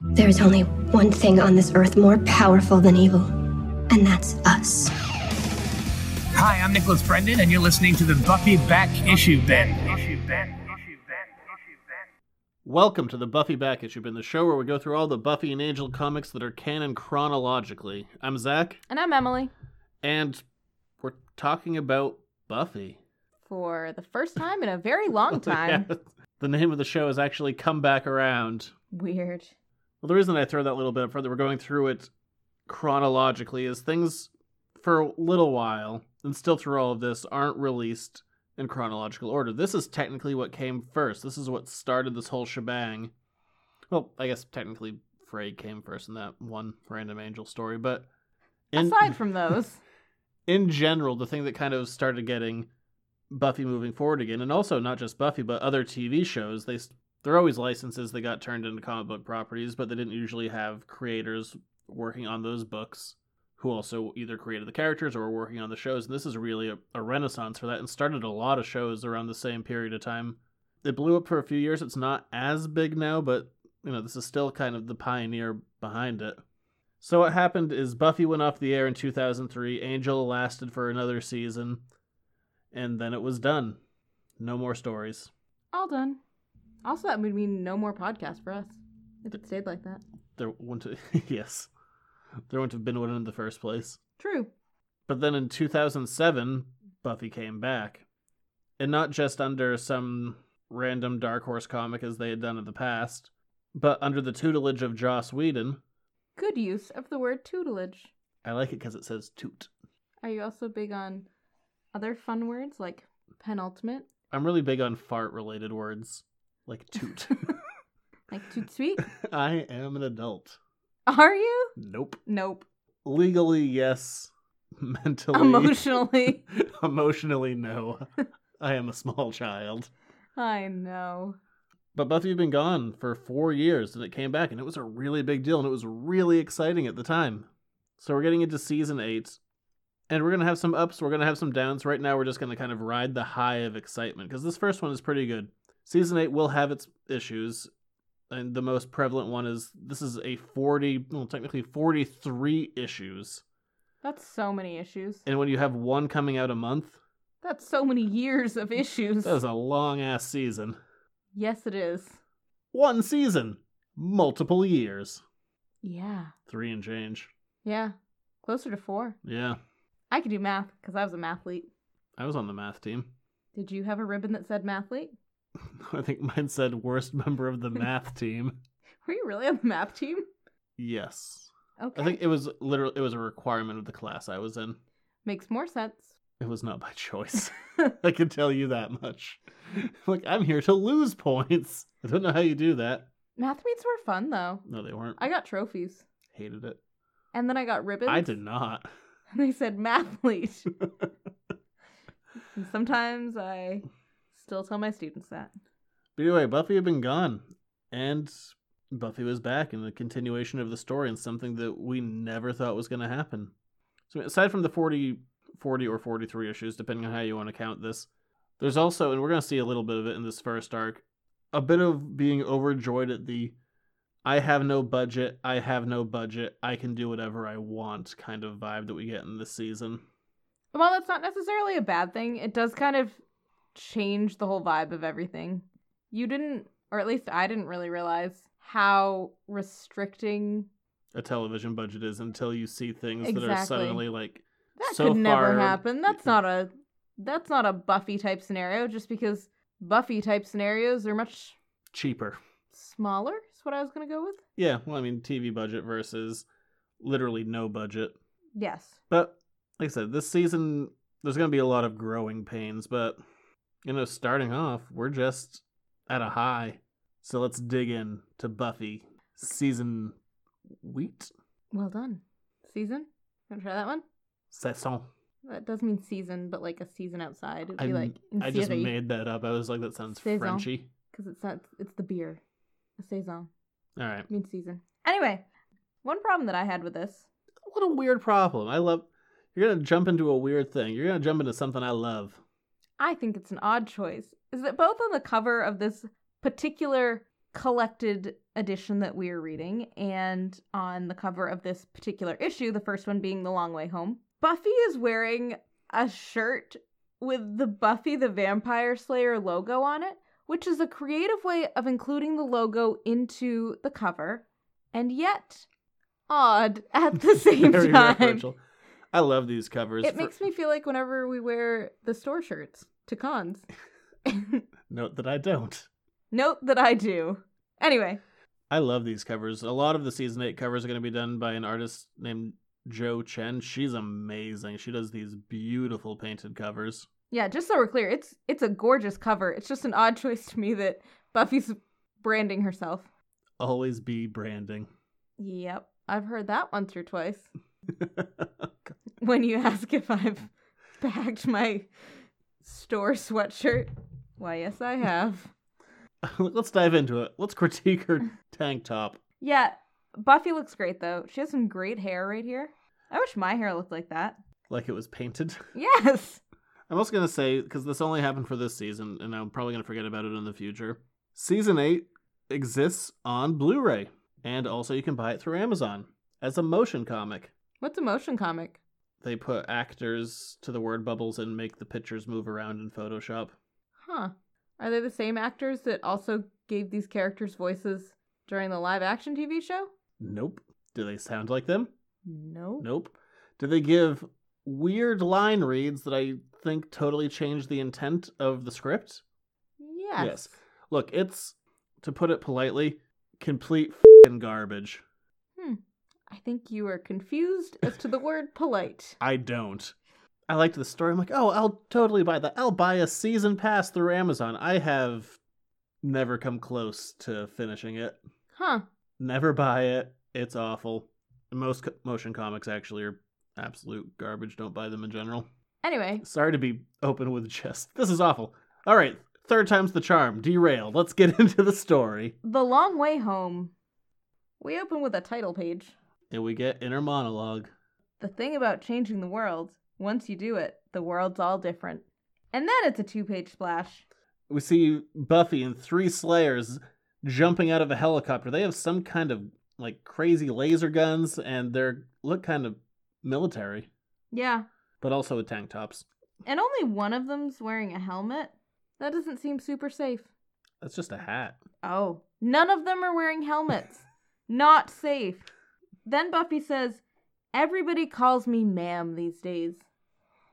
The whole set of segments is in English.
There is only one thing on this earth more powerful than evil, and that's us. Hi, I'm Nicholas Brendan, and you're listening to the Buffy Back Issue Ben. Welcome to the Buffy Back Issue Bin, the show where we go through all the Buffy and Angel comics that are canon chronologically. I'm Zach, And I'm Emily. and we're talking about Buffy. For the first time in a very long time. Yeah. The name of the show has actually come back around. Weird. Well, the reason I throw that little bit up front that we're going through it chronologically is things for a little while, and still through all of this, aren't released in chronological order. This is technically what came first. This is what started this whole shebang. Well, I guess technically Frey came first in that one random angel story, but in, Aside from those, in general, the thing that kind of started getting Buffy moving forward again, and also not just Buffy, but other TV shows, they they're always licenses that got turned into comic book properties, but they didn't usually have creators working on those books who also either created the characters or were working on the shows. And this is really a, a renaissance for that, and started a lot of shows around the same period of time. It blew up for a few years. It's not as big now, but you know this is still kind of the pioneer behind it. So what happened is Buffy went off the air in 2003. Angel lasted for another season, and then it was done. No more stories. all done. Also, that would mean no more podcast for us if it stayed like that. There wouldn't yes, there wouldn't have been one in the first place. True. But then in 2007, Buffy came back, and not just under some random Dark Horse comic as they had done in the past, but under the tutelage of Joss Whedon. Good use of the word tutelage. I like it because it says toot. Are you also big on other fun words like penultimate? I'm really big on fart-related words, like toot. Like toot sweet? I am an adult. Are you? Nope. Nope. Legally, yes. Mentally, Emotionally? emotionally, no. I am a small child. I know. But Buffy had been gone for four years, and it came back, and it was a really big deal, and it was really exciting at the time. So we're getting into season eight, and we're gonna have some ups, we're gonna have some downs. Right now, we're just gonna kind of ride the high of excitement because this first one is pretty good. Season eight will have its issues, and the most prevalent one is this is a forty, well, technically forty-three issues, That's so many issues. and when you have one coming out a month, That's so many years of issues. that is a long ass season. Yes, it is. One season, multiple years, Yeah. three and change. Yeah. Closer to four. Yeah, I could do math because I was a mathlete. I was on the math team. Did you have a ribbon that said mathlete? I think mine said worst member of the math team. Were you really on the math team? Yes. Okay. I think it was literally it was a requirement of the class I was in. Makes more sense. It was not by choice. I can tell you that much. Like I'm here to lose points. I don't know how you do that. Math meets were fun though. No, they weren't. I I got trophies. hated it. And then I got ribbons. I did not. And they said mathlete. and sometimes I still tell my students that. But anyway, Buffy had been gone, and Buffy was back in the continuation of the story and something that we never thought was going to happen. So aside from the 40, 40 or 43 issues, depending on how you want to count this, there's also, and we're going to see a little bit of it in this first arc, a bit of being overjoyed at the I have no budget, I have no budget, I can do whatever I want kind of vibe that we get in this season. While that's not necessarily a bad thing, it does kind of change the whole vibe of everything. You didn't, or at least I didn't really realize how restricting A television budget is until you see things that are Exactly. suddenly like That so could never far- happen. That's not a that's not a Buffy type scenario just because Buffy type scenarios are much cheaper. smaller, is what I was gonna go with. Yeah, well, I mean, TV budget versus literally no budget. Yes. But like I said, this season there's going to be a lot of growing pains, but you know, starting off, we're just at a high. So let's dig in to Buffy season wheat Well done. Season? Wanna try that one? saison. That does mean season, but like a season outside. It'd be I'm- like in I just made that up. I was like, that sounds Saison. Frenchy. because it's not it's the beer. A saison. All right, It means season. Anyway, one problem that I had with this what a weird problem. I love. You're gonna jump into a weird thing. You're gonna jump into something I love. I think it's an odd choice, is that both on the cover of this particular collected edition that we are reading, and on the cover of this particular issue, the first one being The Long Way Home, Buffy is wearing a shirt with the Buffy the Vampire Slayer logo on it, which is a creative way of including the logo into the cover, and yet odd at the same Very time. referential. I love these covers. It For- makes me feel like whenever we wear the store shirts to cons. Note that I don't. Note that I do. Anyway, I love these covers. A lot of the season eight covers are going to be done by an artist named Joe Chen. She's amazing. She does these beautiful painted covers. yeah, just so we're clear, it's it's a gorgeous cover. It's just an odd choice to me that Buffy's branding herself. Always be branding. Yep. I've heard that one through twice. When you ask if I've bagged my store sweatshirt, why yes I have. Let's dive into it. Let's critique her tank top. Yeah, Buffy looks great though. She has some great hair right here. I wish my hair looked like that. Like it was painted. Yes. I'm also going to say, because this only happened for this season, and I'm probably going to forget about it in the future. Season 8 exists on Blu ray, and also you can buy it through Amazon as a motion comic. What's a motion comic? They put actors to the word bubbles and make the pictures move around in Photoshop. Huh. Are they the same actors that also gave these characters voices during the live action TV show? Nope. Do they sound like them? No. Nope. Do they give weird line reads that I think totally change the intent of the script? Yes. Yes. Look, it's to put it politely, complete fing garbage. I think you are confused as to the word polite. I don't. I liked the story. I'm like, oh, I'll totally buy that. I'll buy a season pass through Amazon. I have never come close to finishing it. Huh. Never buy it. It's awful. Most co- motion comics actually are absolute garbage. Don't buy them in general. Anyway, Sorry to be open with just. This is awful. All right, third time's the charm. Derail. Let's get into the story. The Long Way Home. We open with a title page. And we get inner monologue. The thing about changing the world, once you do it, the world's all different. And then it's a two page splash. we see Buffy and three Slayers jumping out of a helicopter. They have some kind of like crazy laser guns, and they're look kind of military, Yeah. but also with tank tops. And only one of them's wearing a helmet. That doesn't seem super safe. That's just a hat. Oh. None of them are wearing helmets. Not safe. Then Buffy says, Everybody calls me ma'am these days.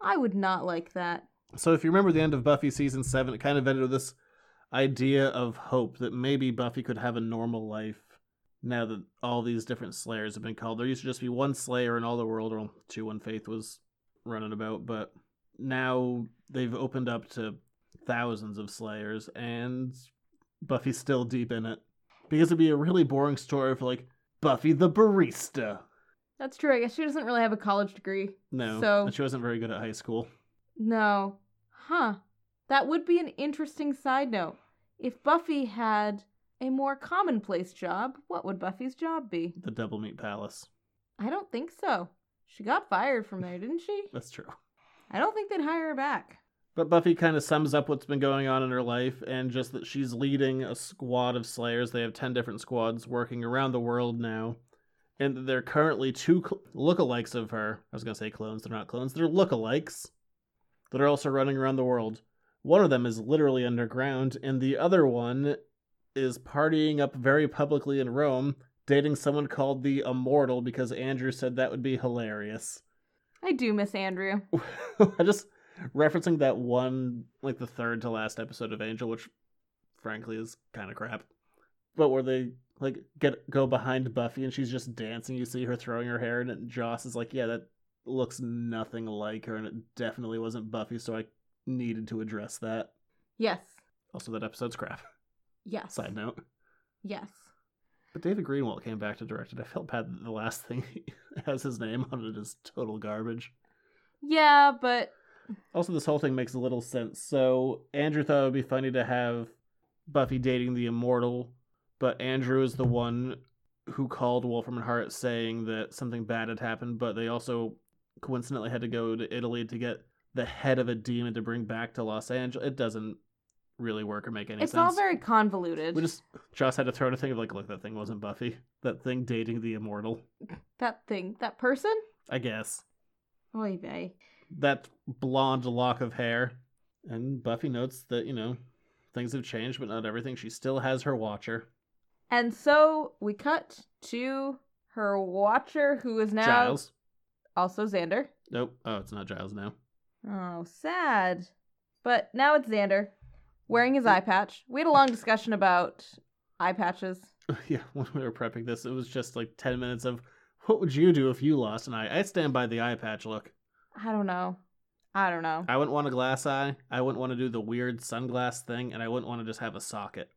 I would not like that. So if you remember the end of Buffy season seven, it kind of ended with this idea of hope that maybe Buffy could have a normal life now that all these different Slayers have been called. There used to just be one Slayer in all the world, or two when Faith was running about, but now they've opened up to thousands of Slayers, and Buffy's still deep in it. Because it'd be a really boring story for like Buffy the barista. That's true. I guess she doesn't really have a college degree. No, So- and she wasn't very good at high school. No. Huh. That would be an interesting side note. If Buffy had a more commonplace job, what would Buffy's job be? The Double Meat Palace. I don't think so. She got fired from there, didn't she? That's true. I don't think they'd hire her back. But Buffy kind of sums up what's been going on in her life and just that she's leading a squad of slayers. They have 10 different squads working around the world now. And that they're currently two cl- lookalikes of her. I was going to say clones. They're not clones. They're lookalikes that are also running around the world. One of them is literally underground, and the other one is partying up very publicly in Rome, dating someone called the Immortal because Andrew said that would be hilarious. I do miss Andrew. I just referencing that one, like the third to last episode of Angel, which frankly is kind of crap. But where they like get go behind Buffy and she's just dancing, you see her throwing her hair, and it, Joss is like, "Yeah, that looks nothing like her, and it definitely wasn't Buffy." So I needed to address that. Yes. Also, that episode's crap. Yes. Side note. Yes. But David Greenwald came back to direct it. I felt bad that the last thing has his name on it is total garbage. Yeah, but Also, this whole thing makes little sense. So Andrew thought it would be funny to have Buffy dating the immortal, but Andrew is the one who called Wolfram and Hart saying that something bad had happened, but they also coincidentally had to go to Italy to get the head of a demon to bring back to Los Angeles. It doesn't really work or make any it's sense. all very convoluted. we just Joss had to throw out a thing of like, look, that thing wasn't Buffy. That thing dating the immortal. That thing, that person? I guess. Oy vey. That blonde lock of hair. And Buffy notes that, you know, things have changed, but not everything. She still has her watcher. And so we cut to her watcher, who is now Giles. also Xander. Nope. Oh, it's not Giles now. Oh, sad. But now it's Xander wearing Mm-hmm. his eye patch. We had a long discussion about eye patches. yeah, when we were prepping this, it was just like 10 minutes of what would you do if you lost an eye? I stand by the eye patch look. I don't know. I don't know. I wouldn't want a glass eye. I wouldn't want to do the weird sunglass thing, and I wouldn't want to just have a socket.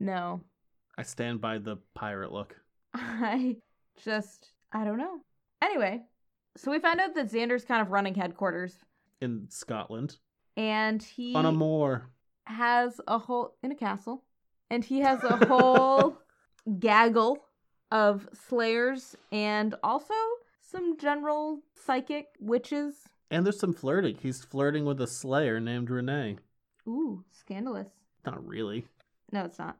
No. I stand by the pirate look. I just, I don't know. Anyway, so we found out that Xander's kind of running headquarters In Scotland. and he On a moor. has a whole, in a castle, and he has a whole gaggle of slayers and also some general psychic witches. And there's some flirting. He's flirting with a slayer named Renee. Ooh, scandalous. Not really. No, it's not.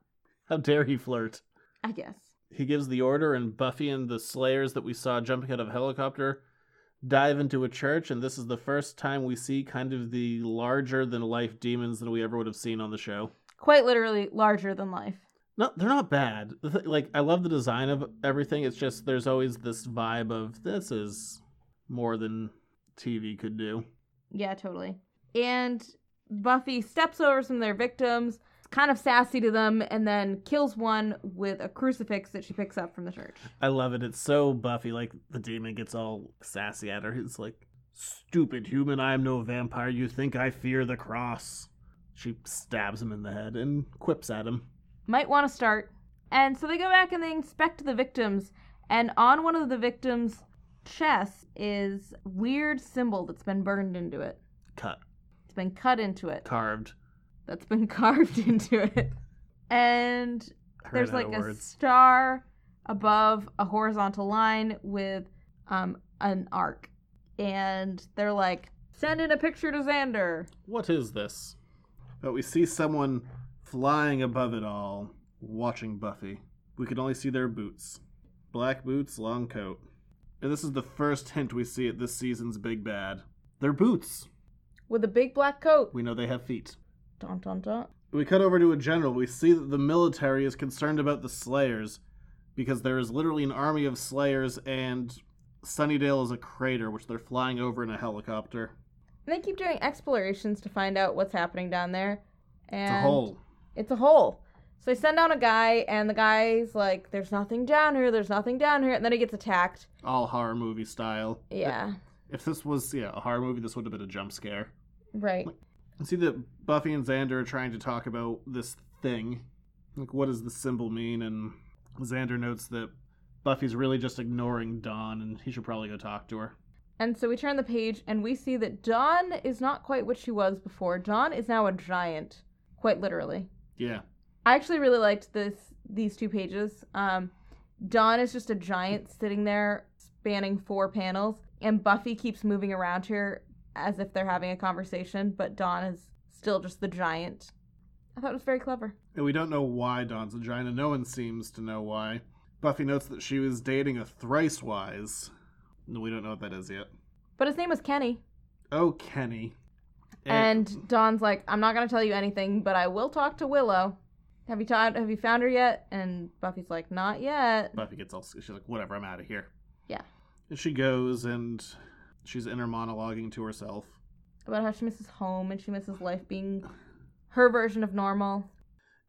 How dare he flirt? I guess. He gives the order, and Buffy and the slayers that we saw jumping out of a helicopter dive into a church. And this is the first time we see kind of the larger than life demons that we ever would have seen on the show. Quite literally larger than life. No, they're not bad. The thi- Like I love the design of everything. It's just there's always this vibe of this is more than TV could do. Yeah, totally. And Buffy steps over some of their victims, kind of sassy to them, and then kills one with a crucifix that she picks up from the church. I love it. It's so Buffy. Like the demon gets all sassy at her. He's like, "Stupid human, I am no vampire. You think I fear the cross?" She stabs him in the head and quips at him. Might want to start. And so they go back and they inspect the victims, and on one of the victims' chest is weird symbol that's been burned into it. Cut, It's been cut into it. carved. That's been carved into it. And I ran there's out like of a words. star above a horizontal line with um an arc and they're like send in a picture to xander What is this? But we see someone flying above it all, watching Buffy. We can only see their boots. Black boots, long coat. And this is the first hint we see at this season's big bad. Their boots. with a big black coat We know they have feet. dun dun dun We cut over to a general. We see that the military is concerned about the Slayers because there is literally an army of Slayers, and Sunnydale is a crater, which they're flying over in a helicopter. and they keep doing explorations to find out what's happening down there It's and a hole. it's a hole so they send down a guy and the guy's like there's nothing down here there's nothing down here and then he gets attacked All horror movie style. yeah If this was yeah a horror movie, this would have been a jump scare. right I see that Buffy and Xander are trying to talk about this thing, like what does the symbol mean? And Xander notes that Buffy's really just ignoring Dawn, and he should probably go talk to her. And so we turn the page and we see that Dawn is not quite what she was before. Dawn is now a giant, quite literally. Yeah, I actually really liked this these two pages. Um, Dawn is just a giant sitting there spanning four panels, and Buffy keeps moving around her as if they're having a conversation, but Dawn is still just the giant. I thought it was very clever. and we don't know why Dawn's a giant, and no one seems to know why. Buffy notes that she was dating a thrice wise. No, we don't know what that is yet. But his name was Kenny. Oh, Kenny. And Dawn's like, I'm not gonna tell you anything, but I will talk to Willow. Have you ta- have you found her yet? And Buffy's like, Not yet. Buffy gets all she's like, whatever, I'm out of here. Yeah. And she goes and she's inner monologuing to herself. About how she misses home and she misses life being her version of normal.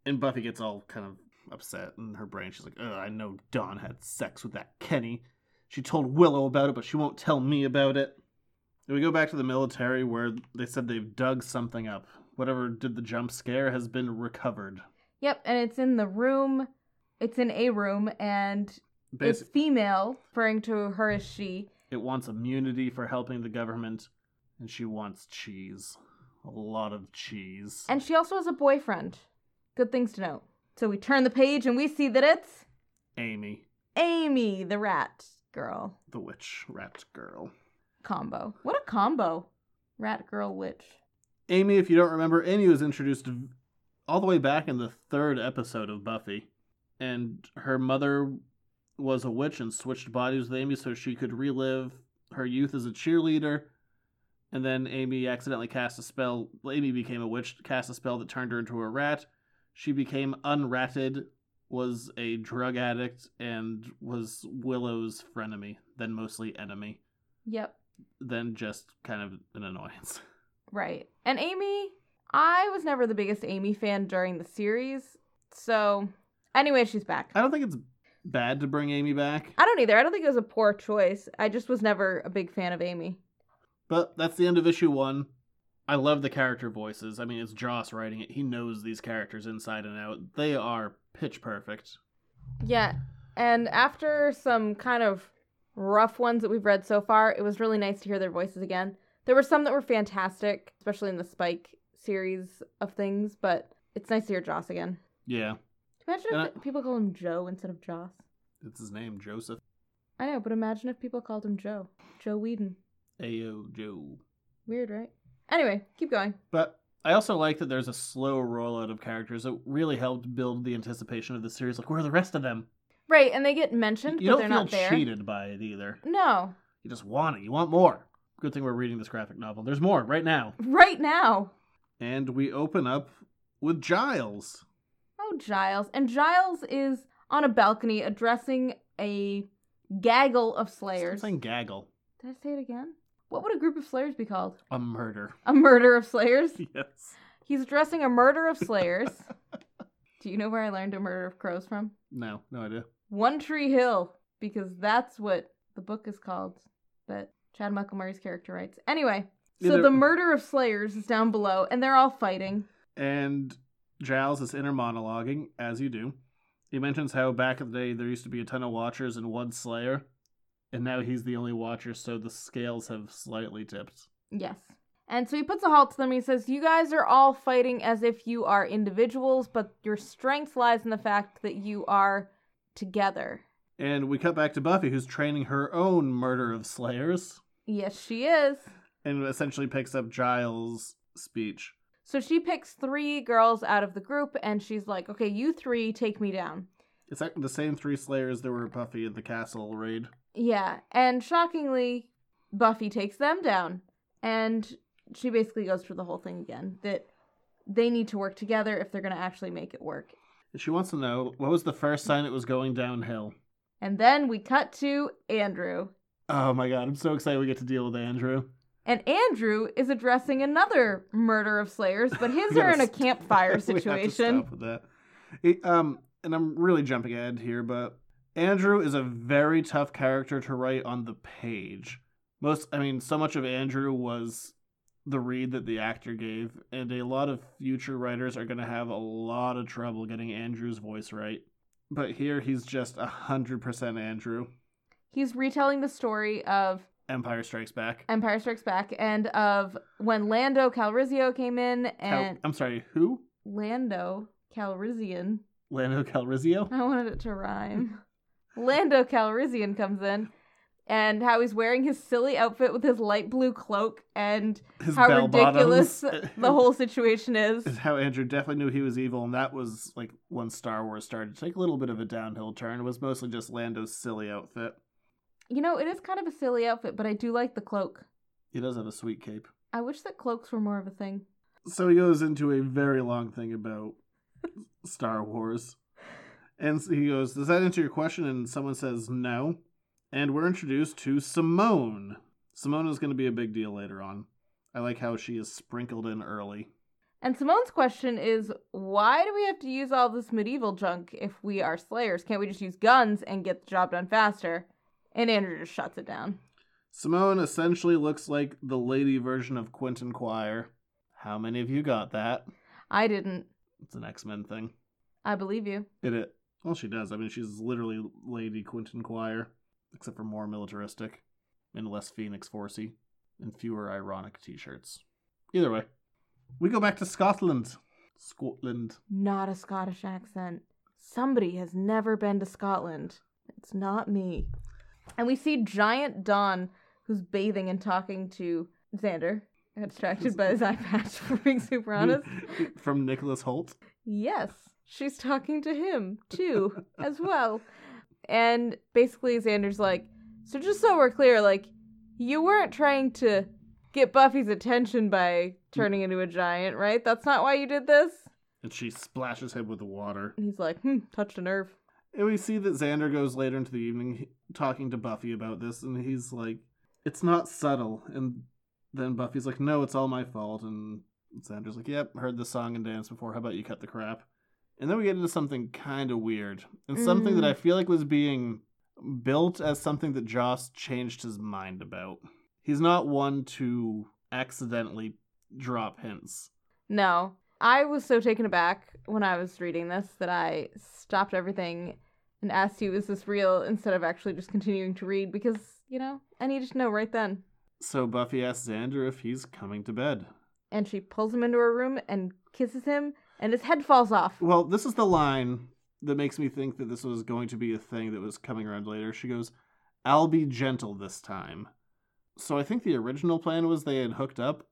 And Buffy gets all kind of upset in her brain. She's like, Ugh, I know Dawn had sex with that Kenny. She told Willow about it, but she won't tell me about it. And we go back to the military where they said they've dug something up. Whatever did the jump scare has been recovered. Yep, and it's in the room. It's in a room, and it's Basically, female, referring to her as she. it wants immunity for helping the government, and she wants cheese. A lot of cheese. And she also has a boyfriend. Good things to note. So we turn the page and we see that it's Amy, Amy, the rat girl the witch rat girl. combo. What a combo! Rat girl witch. Amy, if you don't remember, Amy was introduced all the way back in the third episode of Buffy, and her mother was a witch and switched bodies with Amy so she could relive her youth as a cheerleader. And then Amy accidentally cast a spell. Amy became a witch, cast a spell that turned her into a rat. She became unratted, was a drug addict, and was Willow's frenemy, then mostly enemy, Yep. then just kind of an annoyance. Right. And Amy, I was never the biggest Amy fan during the series. So, anyway, she's back. I don't think it's bad to bring Amy back, I don't either. I don't think it was a poor choice. I just was never a big fan of Amy. but that's the end of issue one. I love the character voices. I mean, it's Joss writing it. He knows these characters inside and out. They are pitch perfect. Yeah. And after some kind of rough ones that we've read so far, it was really nice to hear their voices again. There were some that were fantastic, especially in the Spike series of things, but it's nice to hear Joss again. Yeah, Imagine if And I- th- people call him Joe instead of Joss. it's his name, Joseph I know, but imagine if people called him Joe. Joe Whedon. A.O. Joe. Weird, right? Anyway, keep going. But I also like that there's a slow rollout of characters. It really helped build the anticipation of the series. Like, where are the rest of them? Right, and they get mentioned, you but don't they're feel not there. cheated by it either. No, You just want it. You want more. Good thing we're reading this graphic novel. There's more right now. right now. And we open up with Giles. Oh, Giles. And Giles is on a balcony addressing a gaggle of Stop slayers. saying gaggle. Did I say it again? What would a group of slayers be called? A murder. A murder of slayers? Yes. He's addressing a murder of slayers. Do you know where I learned a murder of crows from? No, no idea. One Tree Hill, because that's what the book is called that Chad Michael Murray's character writes. Anyway, so Either- the murder of slayers is down below, and they're all fighting. And Giles is inner monologuing, as you do. He mentions how back in the day there used to be a ton of watchers and one slayer, and now he's the only watcher, so the scales have slightly tipped. Yes. And so he puts a halt to them. He says, You guys are all fighting as if you are individuals, but your strength lies in the fact that you are together. And we cut back to Buffy, who's training her own murder of slayers, Yes, she is. and essentially picks up Giles' speech. So she picks three girls out of the group and she's like, okay, you three take me down. It's like the same three slayers that were at Buffy at the castle raid. Yeah. And shockingly, Buffy takes them down. And she basically goes through the whole thing again that they need to work together if they're going to actually make it work. And she wants to know what was the first sign it was going downhill. And then we cut to Andrew. Oh my god, I'm so excited we get to deal with Andrew. And Andrew is addressing another murder of slayers, but his We are gotta in a st- campfire we have to situation. stop with that. It- um, and I'm really jumping ahead here, but Andrew is a very tough character to write on the page. Most, I mean, so much of Andrew was the read that the actor gave, and a lot of future writers are going to have a lot of trouble getting Andrew's voice right. But here, he's just a hundred percent Andrew. He's retelling the story of Empire Strikes Back. Empire Strikes Back and of when Lando Calrissian came in Cal- and I'm sorry, who? Lando Calrissian. Lando Calrissian. I wanted it to rhyme. Lando Calrissian comes in and how he's wearing his silly outfit with his light blue cloak and His how bell ridiculous bottoms. the whole situation is. is how Andrew definitely knew he was evil, and that was like when Star Wars started to take a little bit of a downhill turn. It was mostly just Lando's silly outfit. You know, it is kind of a silly outfit, but I do like the cloak. He does have a sweet cape. I wish that cloaks were more of a thing. So he goes into a very long thing about Star Wars. And so he goes, Does that answer your question? And someone says, No. And we're introduced to Simone. Simone is going to be a big deal later on. I like how she is sprinkled in early. And Simone's question is why do we have to use all this medieval junk if we are slayers? Can't we just use guns and get the job done faster? And Andrew just shuts it down. Simone essentially looks like the lady version of Quentin Quire. How many of you got that? I didn't. It's an X Men thing. I believe you. It, it. Well, she does. I mean, she's literally Lady Quentin Quire, except for more militaristic and less Phoenix Forcey and fewer ironic t shirts. Either way, we go back to Scotland. Scotland. Not a Scottish accent. Somebody has never been to Scotland. It's not me. And we see giant Don who's bathing and talking to Xander. I got distracted by his eye patch for being super honest. From Nicholas Holt. Yes, she's talking to him too, as well. And basically, Xander's like, so just so we're clear, like, you weren't trying to get Buffy's attention by turning into a giant, right? That's not why you did this? And she splashes him with the water. And he's like, hmm, touched a nerve. And we see that Xander goes later into the evening he- talking to Buffy about this, and he's like, It's not subtle. And then Buffy's like, No, it's all my fault. And Xander's like, Yep, heard the song and dance before. How about you cut the crap? And then we get into something kind of weird, and something that Mm. I feel like was being built as something that Joss changed his mind about. He's not one to accidentally drop hints. No. I was so taken aback when I was reading this that I stopped everything and asked you, is this real? instead of actually just continuing to read because, you know, I needed to know right then. So Buffy asks Xander if he's coming to bed. And she pulls him into her room and kisses him, and his head falls off. Well, this is the line that makes me think that this was going to be a thing that was coming around later. She goes, I'll be gentle this time. So I think the original plan was they had hooked up,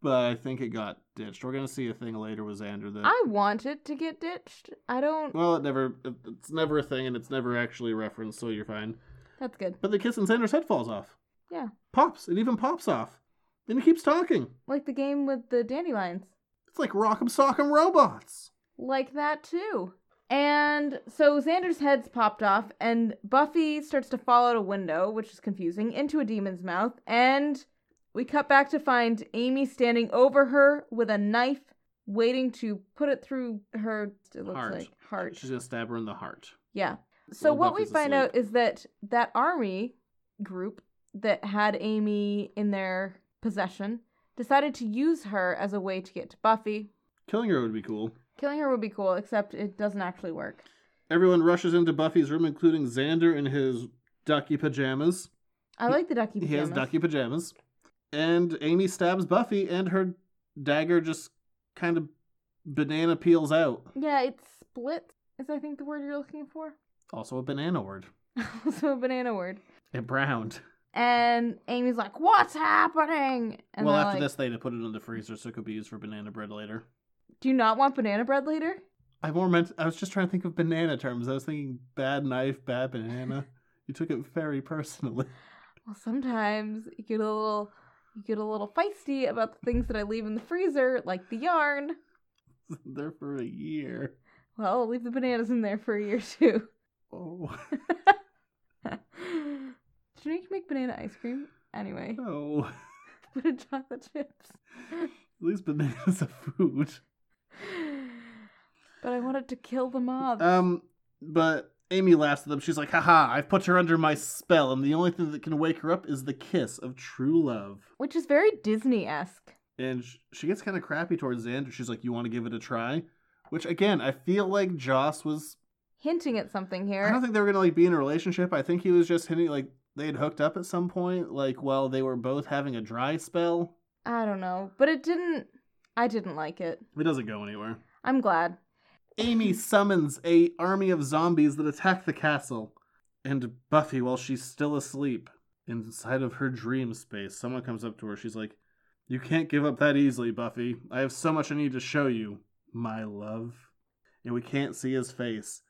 but I think it got ditched. We're going to see a thing later with Xander that. I want it to get ditched. I don't. Well, it never. it- It's never a thing and it's never actually referenced, so you're fine. That's good. But the kiss and Xander's head falls off. Yeah. Pops. It even pops off. Then he keeps talking. Like the game with the dandelions. It's like Rock'em Sock'em Robots. like that too. And so Xander's head's popped off, and Buffy starts to fall out a window, which is confusing, into a demon's mouth. And we cut back to find Amy standing over her with a knife, waiting to put it through her. It looks Heart. like heart. She's going to stab her in the heart. Yeah. So Well, what we Buffy's find asleep. out is that that army group that had Amy in their possession decided to use her as a way to get to Buffy. Killing her would be cool. Killing her would be cool, except it doesn't actually work. Everyone rushes into Buffy's room, including Xander in his ducky pajamas. I like the ducky He pajamas. has ducky pajamas. And Amy stabs Buffy, and her dagger just kind of banana peels out. Yeah, it splits is I think the word you're looking for. Also a banana word. also a banana word. It browned. And Amy's like, "What's happening?" And well, they're after like, this, they had to put it in the freezer so it could be used for banana bread later. do you not want banana bread later? I more meant. I was just trying to think of banana terms. I was thinking bad knife, bad banana. you took it very personally. Well, sometimes you get a little, you get a little feisty about the things that I leave in the freezer, like the yarn. there for a year. Well, I'll leave the bananas in there for a year too. Oh, Should we make banana ice cream anyway? no. At Put in chocolate chips. least bananas are food. But I wanted to kill the mob. Um, but Amy laughs at them. She's like, haha, I've put her under my spell, and the only thing that can wake her up is the kiss of true love. which is very Disney esque. And sh- she gets kind of crappy towards Xander. She's like, you want to give it a try? Which, again, I feel like Joss was. Hinting at something I don't here. think they were going to, like, be in a relationship. I think he was just hinting, like, they had hooked up at some point, like, while they were both having a dry spell. I don't know, but it didn't. I didn't like it. It doesn't go anywhere. I'm glad. Amy summons a army of zombies that attack the castle. And Buffy, while she's still asleep, inside of her dream space, someone comes up to her. She's like, You can't give up that easily, Buffy. I have so much I need to show you, my love. And we can't see his face.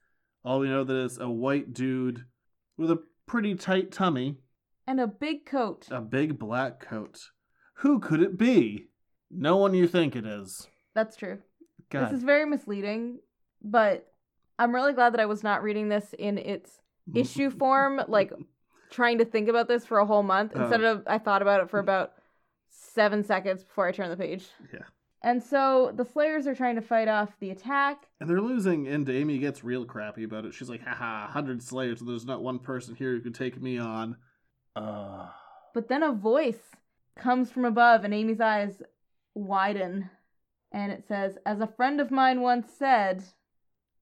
All we know that it's a white dude with a pretty tight tummy, And a big coat. a big black coat. Who could it be? No one you think it is. That's true. God, This is very misleading, but I'm really glad that I was not reading this in its issue form, like trying to think about this for a whole month. Oh. Instead of I thought about it for about seven seconds before I turned the page. Yeah. And so the Slayers are trying to fight off the attack. And they're losing, and Amy gets real crappy about it. She's like, haha, 100 Slayers, and there's not one person here who could take me on. Uh, But then a voice comes from above, and Amy's eyes widen. And it says, As a friend of mine once said,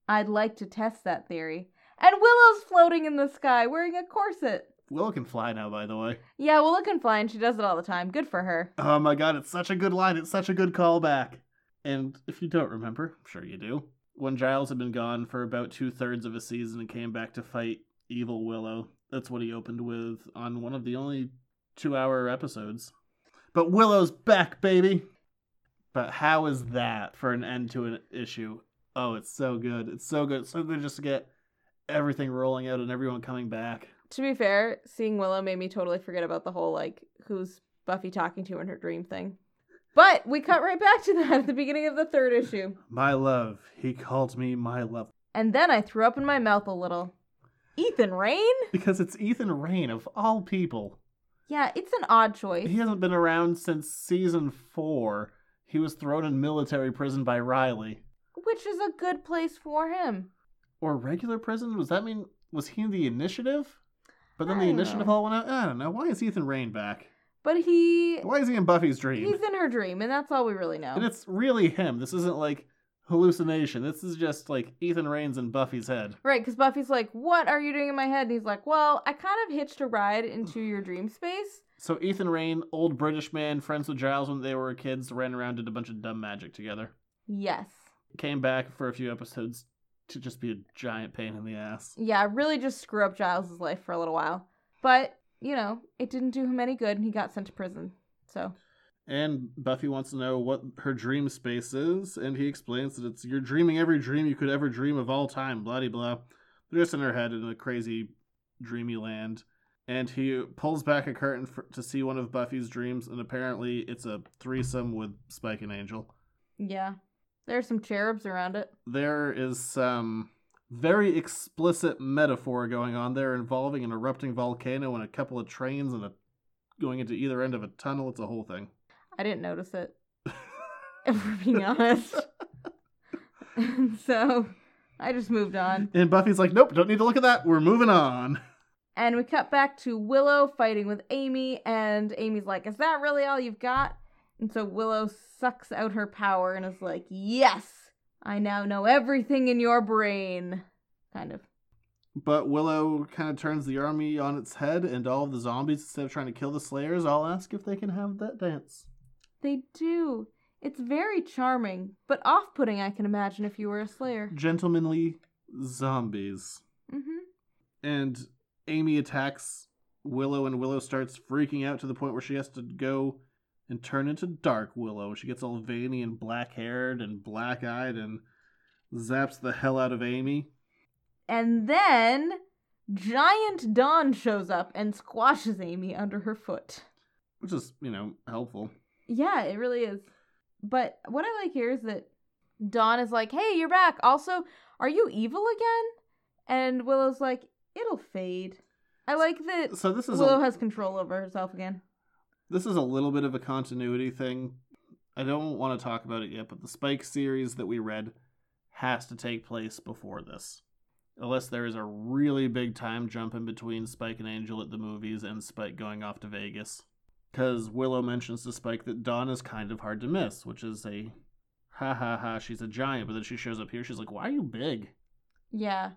I'd like to test that theory. And Willow's floating in the sky wearing a corset. Willow can fly now, by the way. Yeah, Willow can fly, and she does it all the time. Good for her. Oh my god, it's such a good line. It's such a good callback. And if you don't remember, I'm sure you do, when Giles had been gone for about two thirds of a season and came back to fight evil Willow, that's what he opened with on one of the only two hour episodes. But Willow's back, baby. But how is that for an end to an issue? Oh, it's so good. It's so good. It's so good just to get everything rolling out and everyone coming back. To be fair, seeing Willow made me totally forget about the whole like who's Buffy talking to in her dream thing. But we cut right back to that at the beginning of the third issue. My love, he called me my love. And then I threw up in my mouth a little. Ethan Rain? Because it's Ethan Rain, of all people. Yeah, it's an odd choice. He hasn't been around since season four. He was thrown in military prison by Riley. Which is a good place for him. Or regular prison? Does that mean, was he in the initiative? But then I the don't initiative know. all went out? I don't know. Why is Ethan Rain back? But he Why is he in Buffy's dream? he's in her dream, and that's all we really know. And it's really him. This isn't like hallucination. This is just like Ethan Rain's in Buffy's head. Right, because Buffy's like, What are you doing in my head? And he's like, Well, I kind of hitched a ride into your dream space. So Ethan Rain, old British man, friends with Giles when they were kids, ran around did a bunch of dumb magic together. Yes. Came back for a few episodes to just be a giant pain in the ass. Yeah, really just screw up Giles' life for a little while. But, you know, it didn't do him any good, and he got sent to prison. So, And Buffy wants to know what her dream space is, and he explains that it's you're dreaming every dream you could ever dream of all time, blah de blah. They're just in her head in a crazy, dreamy land. And he pulls back a curtain for, to see one of Buffy's dreams, and apparently it's a threesome with Spike and Angel. yeah. There's some cherubs around it. There is some very explicit metaphor going on there involving an erupting volcano and a couple of trains and a going into either end of a tunnel. It's a whole thing. I didn't notice it, if we're being honest. and so, I just moved on. And Buffy's like, nope, don't need to look at that. We're moving on. And we cut back to Willow fighting with Amy, and Amy's like, Is that really all you've got? And so Willow sucks out her power and is like, Yes, I now know everything in your brain. Kind of. But Willow kind of turns the army on its head, and all of the zombies, instead of trying to kill the Slayers, all ask if they can have that dance. They do. It's very charming, but off putting, I can imagine, if you were a Slayer. Gentlemanly zombies. Mm hmm. And Amy attacks Willow, and Willow starts freaking out to the point where she has to go and turn into Dark Willow. She gets all veiny and black haired and black eyed and zaps the hell out of Amy. And then Giant Dawn shows up and squashes Amy under her foot. Which is, you know, helpful. Yeah, it really is. But what I like here is that Dawn is like, hey, you're back. Also, are you evil again? And Willow's like, it'll fade. I like that So this is a- Willow has control over herself again. this is a little bit of a continuity thing. I don't want to talk about it yet, but the Spike series that we read has to take place before this. Unless there is a really big time jump in between Spike and Angel at the movies and Spike going off to Vegas. Because Willow mentions to Spike that Dawn is kind of hard to miss, which is a ha ha ha, she's a giant, but then she shows up here, she's like, why are you big? Yeah.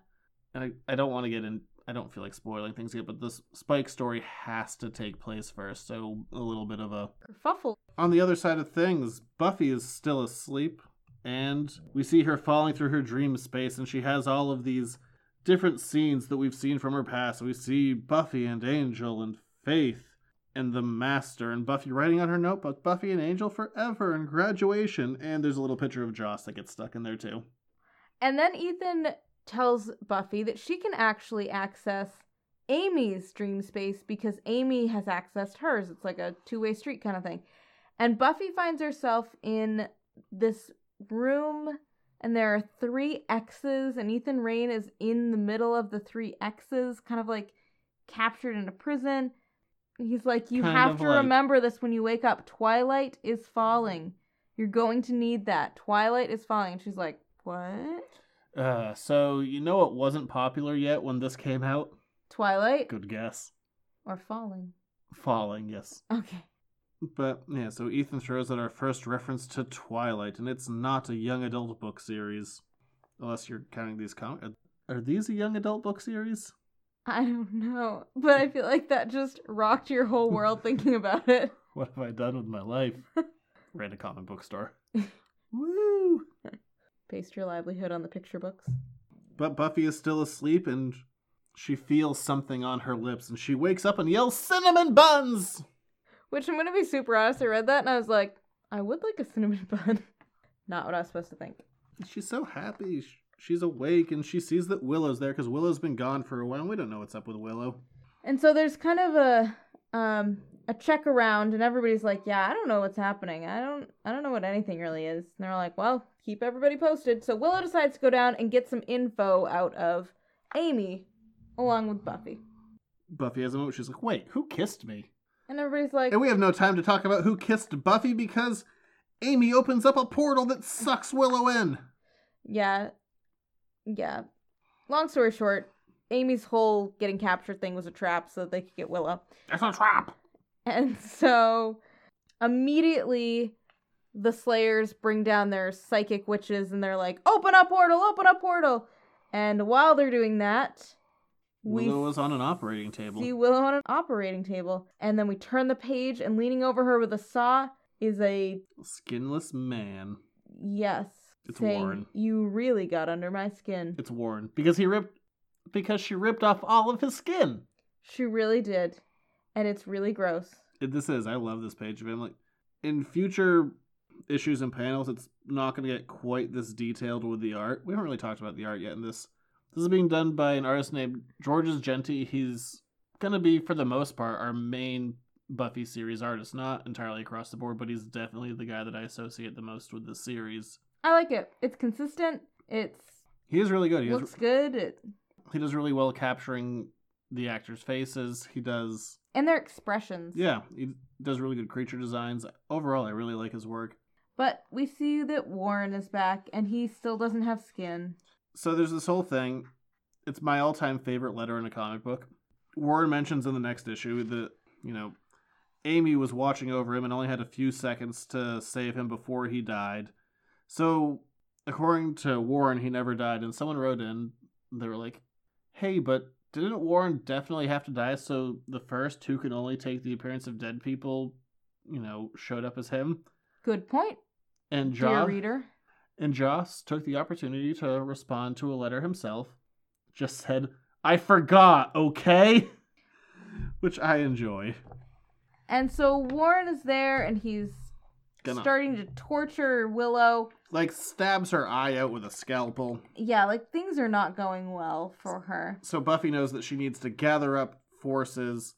and I, I don't want to get in I don't feel like spoiling things yet, but this Spike story has to take place first, so a little bit of a Kerfuffle. on the other side of things, Buffy is still asleep, and we see her falling through her dream space, and she has all of these different scenes that we've seen from her past. We see Buffy and Angel and Faith and the Master, and Buffy writing on her notebook, Buffy and Angel forever and graduation, and there's a little picture of Joss that gets stuck in there too. And then Ethan tells Buffy that she can actually access Amy's dream space because Amy has accessed hers. It's like a two way street kind of thing. And Buffy finds herself in this room, and there are three X's, and Ethan Rain is in the middle of the three X's, kind of like captured in a prison. He's like, You Kind have of to like- remember this when you wake up. Twilight is falling. You're going to need that. Twilight is falling. And she's like, What? Uh, so you know it wasn't popular yet when this came out? Twilight Good guess. or falling. Falling, yes. Okay. But yeah, so Ethan throws out our first reference to Twilight, and it's not a young adult book series, unless you're counting these comics. Are these a young adult book series? I don't know, but I feel like that just rocked your whole world thinking about it. What have I done with my life? Ran a comic book store. Woo! Based your livelihood on the picture books. But Buffy is still asleep, and she feels something on her lips, and she wakes up and yells, "Cinnamon buns!" Which I'm gonna be super honest, I read that and I was like, I would like a cinnamon bun. Not what I was supposed to think. She's so happy. Sh- She's awake and she sees that Willow's there because Willow's been gone for a while. and We don't know what's up with Willow. And so there's kind of a um a check around and everybody's like, "Yeah, I don't know what's happening. I don't I don't know what anything really is." And they're like, "Well, keep everybody posted." So Willow decides to go down and get some info out of Amy along with Buffy. Buffy has a moment. She's like, wait, who kissed me? And everybody's like, And we have no time to talk about who kissed Buffy because Amy opens up a portal that sucks Willow in. "Yeah. Yeah. Long story short, Amy's whole getting captured thing was a trap so that they could get Willow." That's a trap. And so immediately the Slayers bring down their psychic witches and they're like, open up portal, open up portal. And while they're doing that, we Willow was on an operating table. see Willow on an operating table. And then we turn the page and leaning over her with a saw is a Skinless man. yes. It's saying, Warren. You really got under my skin. It's Warren because he ripped because she ripped off all of his skin. She really did. And it's really gross. It- this is I love this page of him. Like in future issues and panels, it's not going to get quite this detailed with the art. We haven't really talked about the art yet in this. This is being done by an artist named Georges Genti. He's going to be for the most part our main Buffy series artist, not entirely across the board, but he's definitely the guy that I associate the most with this series. I like it. It's consistent. It's He is really good. He has looks good. It he does really well capturing the actors' faces. He does, and their expressions. yeah, he does really good creature designs. Overall, I really like his work. But we see that Warren is back and he still doesn't have skin. So there's this whole thing. It's my all-time favorite letter in a comic book. Warren mentions in the next issue that you know Amy was watching over him and only had a few seconds to save him before he died. So according to Warren, he never died. And someone wrote in, they were like, "Hey, but didn't Warren definitely have to die? So the first who can only take the appearance of dead people, you know, showed up as him." Good point, And dear John, reader. and Joss took the opportunity to respond to a letter himself. Just said, I forgot, okay? Which I enjoy. And so Warren is there and he's Gonna- starting to torture Willow. Like, stabs her eye out with a scalpel. Yeah, like things are not going well for her. So Buffy knows that she needs to gather up forces,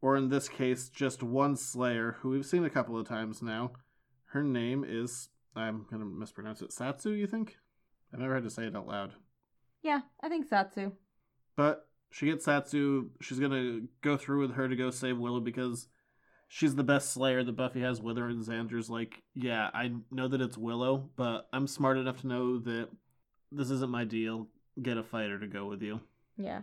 or in this case, just one Slayer, who we've seen a couple of times now. Her name is, I'm going to mispronounce it, Satsu, you think? I've never had to say it out loud. Yeah, I think Satsu. But she gets Satsu. She's gonna go through with her to go save Willow because she's the best Slayer that Buffy has with her. And Xander's like, "Yeah, I know that it's Willow, but I'm smart enough to know that this isn't my deal. Get a fighter to go with you." Yeah.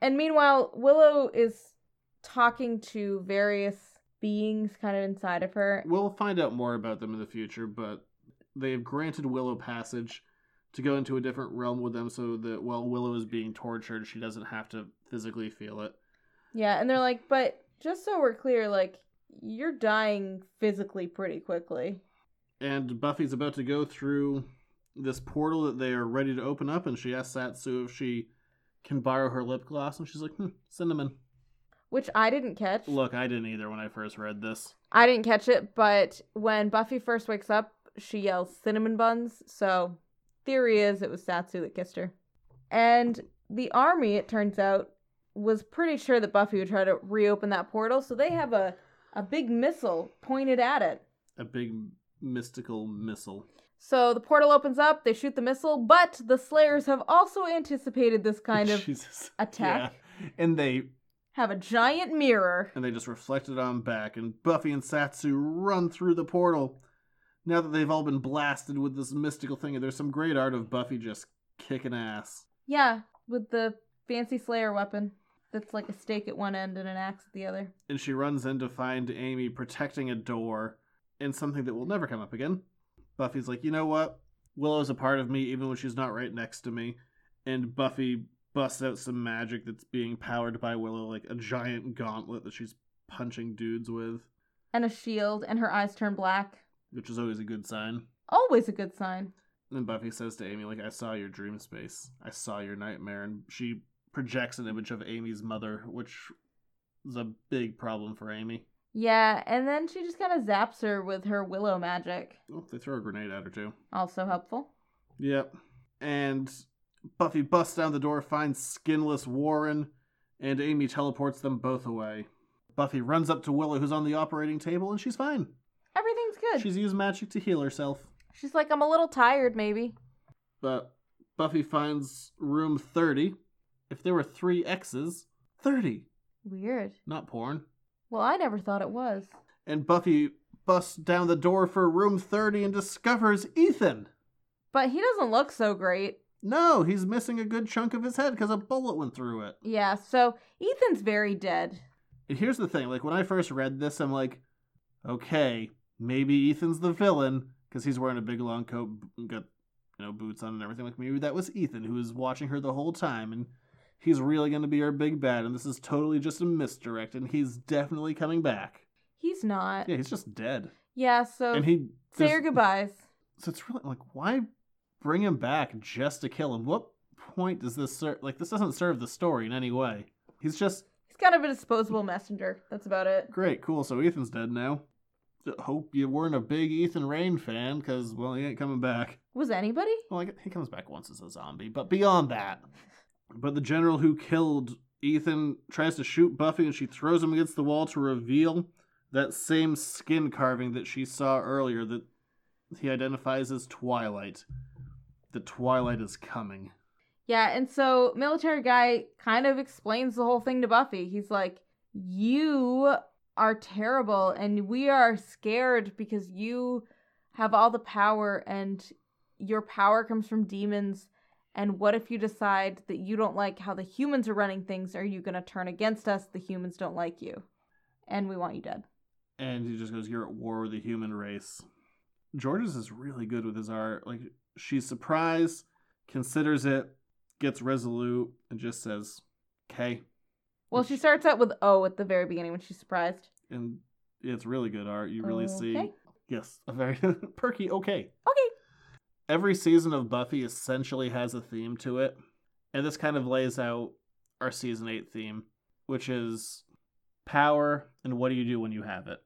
And meanwhile, Willow is talking to various beings kind of inside of her. We'll find out more about them in the future, but they have granted Willow passage to go into a different realm with them, so that while Willow is being tortured, she doesn't have to physically feel it. Yeah, and they're like, but just so we're clear, like, you're dying physically pretty quickly. and Buffy's about to go through this portal that they are ready to open up, and she asks Satsu if she can borrow her lip gloss, and she's like, hmm, cinnamon. Which I didn't catch. Look, I didn't either when I first read this. I didn't catch it, but when Buffy first wakes up, she yells cinnamon buns. So, theory is it was Satsu that kissed her. And the army, it turns out, was pretty sure that Buffy would try to reopen that portal. So, they have a, a big missile pointed at it. A big mystical missile. So, the portal opens up, they shoot the missile, but the Slayers have also anticipated this kind of Jesus. attack. Yeah. And they Have a giant mirror. and they just reflect it on back, and Buffy and Satsu run through the portal. Now that they've all been blasted with this mystical thing, and there's some great art of Buffy just kicking ass. Yeah, with the fancy Slayer weapon that's like a stake at one end and an axe at the other. and she runs in to find Amy protecting a door in something that will never come up again. Buffy's like, you know what? Willow's a part of me even when she's not right next to me. And Buffy busts out some magic that's being powered by Willow, like a giant gauntlet that she's punching dudes with, and a shield, and her eyes turn black. which is always a good sign. Always a good sign. And Buffy says to Amy, like, I saw your dream space. I saw your nightmare. And she projects an image of Amy's mother, which is a big problem for Amy. Yeah, and then she just kind of zaps her with her willow magic. Oh, they throw a grenade at her too. Also helpful. Yep. And Buffy busts down the door, finds skinless Warren, and Amy teleports them both away. Buffy runs up to Willow, who's on the operating table, and she's fine. Everything's good. She's used magic to heal herself. She's like, I'm a little tired, maybe. But Buffy finds room 30. If there were three X's, 30. Weird. Not porn. Well, I never thought it was. And Buffy busts down the door for room 30 and discovers Ethan. But he doesn't look so great. No, he's missing a good chunk of his head because a bullet went through it. Yeah, so Ethan's very dead. And here's the thing like, when I first read this, I'm like, okay, maybe Ethan's the villain because he's wearing a big long coat, b- got, you know, boots on and everything. Like, maybe that was Ethan who was watching her the whole time and he's really going to be our big bad. And this is totally just a misdirect and he's definitely coming back. He's not. Yeah, Yeah, he's just dead. so And he. say there's- your goodbyes. so it's really like why bring him back just to kill him what point does this serve like this doesn't serve the story in any way he's just He's kind of a disposable messenger. That's about it. great cool so ethan's dead now hope you weren't a big ethan rain fan because well he ain't coming back Was anybody? well like, he comes back once as a zombie but beyond that but the general who killed ethan tries to shoot buffy and she throws him against the wall to reveal that same skin carving that she saw earlier that he identifies as twilight the twilight is coming Yeah, and so military guy kind of explains the whole thing to Buffy. He's like, "You are terrible and we are scared because you have all the power and your power comes from demons. And what if you decide that you don't like how the humans are running things? Are you going to turn against us? The humans don't like you and we want you dead." and he just goes you're at war with the human race georges is really good with his art like she's surprised considers it gets resolute and just says okay Well, she starts out with "Oh" at the very beginning when she's surprised. and it's really good art. You really see, Oh, Okay. yes, a very perky. Okay, Okay. every season of Buffy essentially has a theme to it, and this kind of lays out our season eight theme, which is power and what do you do when you have it.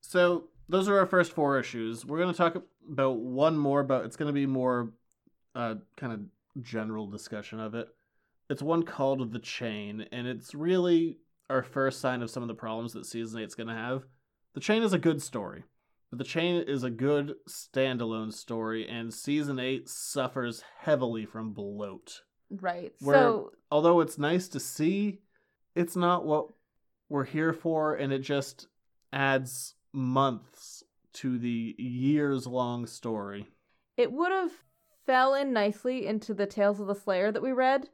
So those are our first four issues. We're going to talk about one more, but it's going to be more uh, kind of general discussion of it. It's one called the chain, and it's really our first sign of some of the problems that season eight's going to have. The chain is a good story. But the chain is a good standalone story, and season eight suffers heavily from bloat. Right. Where- so Although it's nice to see, it's not what we're here for, and it just adds months to the years long story. it would have fell in nicely into the Tales of the Slayer that we read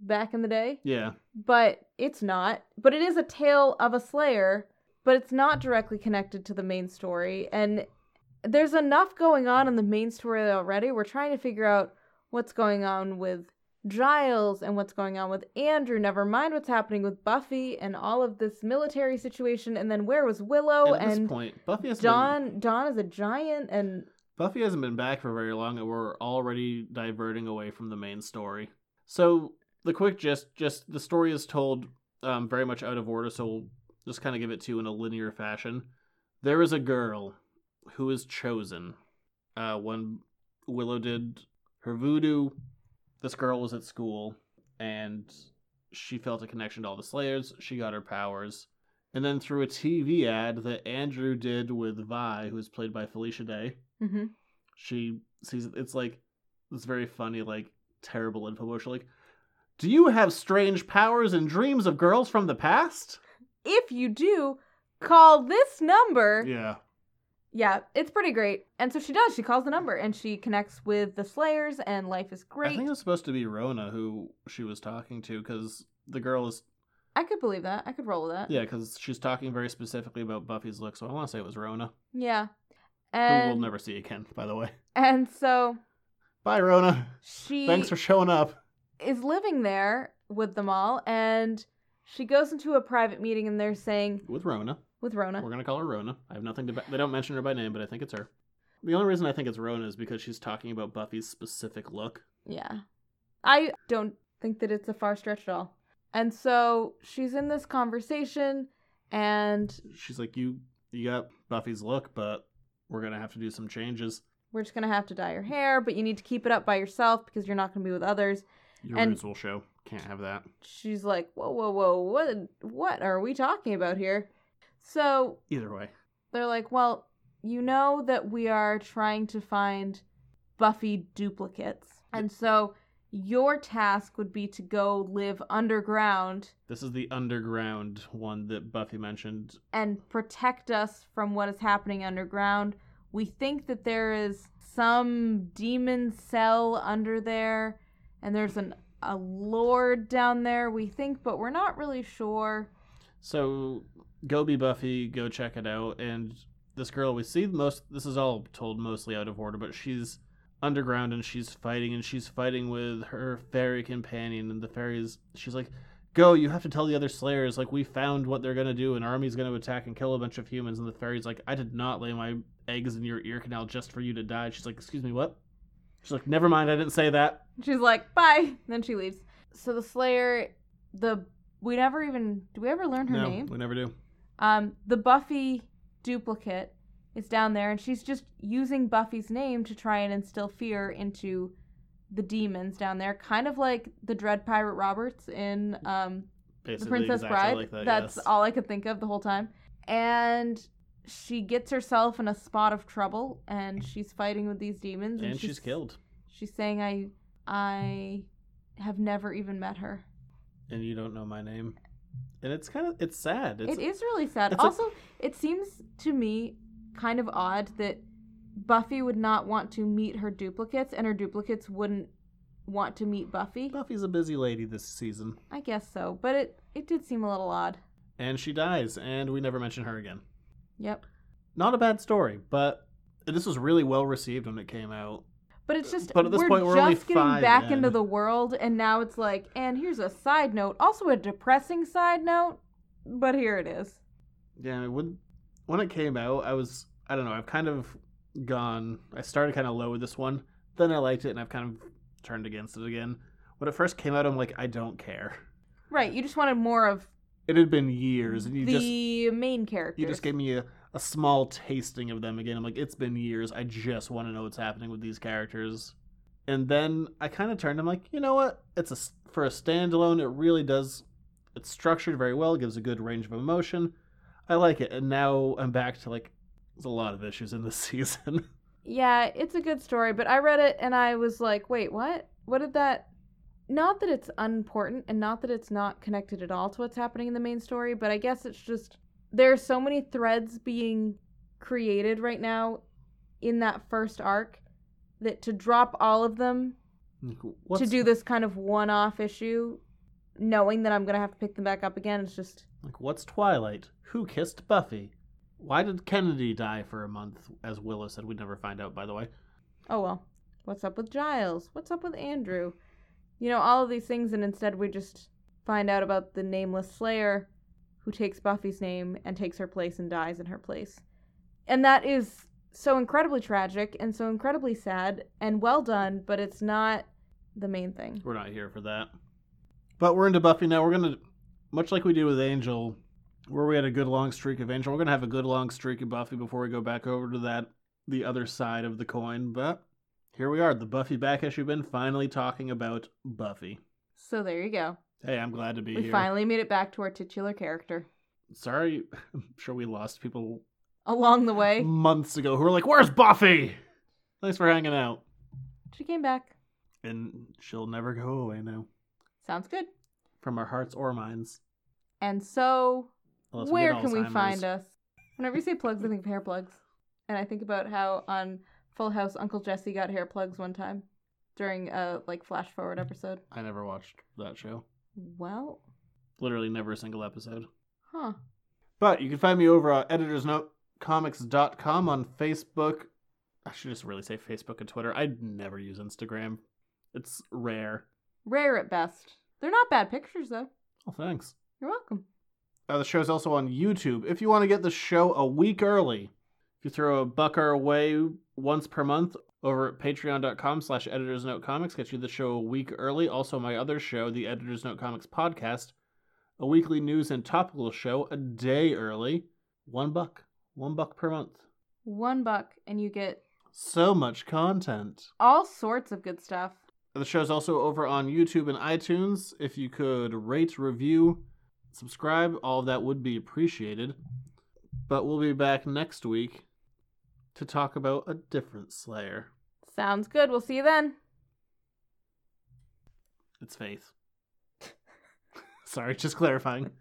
back in the day, Yeah. but it's not. But it is a tale of a slayer, but it's not directly connected to the main story. And there's enough going on in the main story already. We're trying to figure out what's going on with Giles and what's going on with Andrew, never mind what's happening with Buffy and all of this military situation, and then where was Willow at this Oh, and point, Buffy hasn't, been, Dawn Dawn is a giant and Buffy hasn't been back for very long, and we're already diverting away from the main story. So the quick gist, just the story is told um, very much out of order, so we'll just kind of give it to you in a linear fashion. There is a girl who is chosen. Uh, when Willow did her voodoo, this girl was at school, and she felt a connection to all the Slayers. She got her powers. And then through a TV ad that Andrew did with Vi, who is played by Felicia Day, mm-hmm. she sees it. It's like this very funny, like terrible infomercial. Like, do you have strange powers and dreams of girls from the past? if you do, call this number. Yeah. Yeah, it's pretty great. And so she does. She calls the number and she connects with the Slayers, and life is I great. think I, it's supposed to be Rona who she was talking to because the girl is could believe that. I could roll with that. yeah because she's talking very specifically about Buffy's look. So I want to say it was Rona, Yeah. who And, we'll never see again. By the way, and so bye Rona. she Thanks for showing up. is living there with them all, and she goes into a private meeting, and they're saying, With Rona, with Rona. we're gonna call her Rona. I have nothing to. Ba- they don't mention her by name, but I think it's her. The only reason I think it's Rona is because she's talking about Buffy's specific look. Yeah. I don't think that it's a far stretch at all. And so she's in this conversation and She's like, you you got Buffy's look, but we're gonna have to do some changes. we're just gonna have to dye your hair, but you need to keep it up by yourself because you're not gonna be with others. Your And- roots will show. Can't have that. She's like, whoa, whoa, whoa, what, what are we talking about here? So Either way, they're like, well, you know that we are trying to find Buffy duplicates, and so your task would be to go live underground this is the underground one that Buffy mentioned. and protect us from what is happening underground. We think that there is some demon cell under there, and there's an a lord down there. We think, but we're not really sure. So go be Buffy, go check it out. And this girl we see most this is all told mostly out of order, but she's underground and she's fighting and she's fighting with her fairy companion and the fairies she's like, Go, you have to tell the other slayers, like we found what they're gonna do, an army's gonna attack and kill a bunch of humans and the fairies like, I did not lay my eggs in your ear canal just for you to die. She's like, Excuse me, what? She's like, Never mind, I didn't say that. She's like, "Bye," then she leaves. So the Slayer, the we never even do we ever learn her no, name? we never do. Um, the Buffy duplicate is down there, and she's just using Buffy's name to try and instill fear into the demons down there, kind of like the Dread Pirate Roberts in um, The Basically Princess exactly Bride. like that. That's yes. all I could think of the whole time. And she gets herself in a spot of trouble, and she's fighting with these demons, And she's killed. She's saying, "I, I have never even met her." and you don't know my name and it's kind of it's sad it's It's, really sad. it's a- Also, it seems to me kind of odd that Buffy would not want to meet her duplicates and her duplicates wouldn't want to meet Buffy. buffy's a busy lady this season I guess so, but it it did seem a little odd. and she dies and we never mention her again Yep. not a bad story but this was really well received when it came out But it's just But at this we're point, we're just only getting five back in. into the world and now it's like and here's a side note, also a depressing side note, but here it is. yeah when when it came out i was i don't know i've kind of gone i started kind of low with this one then i liked it and i've kind of turned against it again when it first came out i'm like i don't care Right, you just wanted more of it had been years and you just the main characters. You just gave me a, a small tasting of them again. I'm like, it's been years. I just want to know what's happening with these characters. And then I kind of turned. I'm like, you know what? It's a s- for a standalone. It really does. It's structured very well. Gives a good range of emotion. I like it. And now I'm back to like, there's a lot of issues in this season. Yeah, it's a good story, but I read it and I was like, wait, what? What did that. Not that it's unimportant and not that it's not connected at all to what's happening in the main story, but I guess it's just there are so many threads being created right now in that first arc that to drop all of them Like, What's, to do this kind of one off issue, knowing that I'm going to have to pick them back up again, it's just. like, what's Twilight? Who kissed Buffy? Why did Kennedy die for a month? As Willow said, we'd never find out. By the way, oh well what's up with giles what's up with andrew you know all of these things and instead we just find out about the nameless slayer who takes buffy's name and takes her place and dies in her place and that is so incredibly tragic and so incredibly sad and well done but it's not the main thing We're not here for that. But we're into Buffy now. We're gonna, much like we did with Angel, where we had a good long streak of Angel. We're gonna have a good long streak of Buffy before we go back over to that the other side of the coin. But here we are, the Buffy back issue bin, finally talking about Buffy. so there you go Hey, I'm glad to be we here. finally made it back to our titular character Sorry, I'm sure we lost people along the way months ago who were like, "Where's Buffy?" Thanks for hanging out, she came back and she'll never go away now sounds good from our hearts or minds. and so Unless we Where get can we Alzheimer's. find us? Whenever you say plugs, I think of hair plugs. And I think about how on Full House, Uncle Jesse got hair plugs one time during a like flash forward episode. I never watched that show. Well, literally never a single episode. huh. But you can find me over at editorsnotecomics.com on Facebook. I should just really say Facebook and Twitter. I never use Instagram. It's rare. Rare at best. They're not bad pictures though. Oh, thanks. You're welcome. Uh, the show's also on YouTube. If you want to get the show a week early, if you throw a buck our way once per month over at patreon.com slash editors note comics, gets you the show a week early. Also my other show, the Editors Note Comics podcast, a weekly news and topical show a day early. One buck. One buck per month. One buck, and you get So much content. all sorts of good stuff. The show's also over on YouTube and iTunes. If you could rate, review, subscribe, all of that would be appreciated. But we'll be back next week to talk about a different Slayer. Sounds good. We'll see you then. It's Faith. Sorry, just clarifying.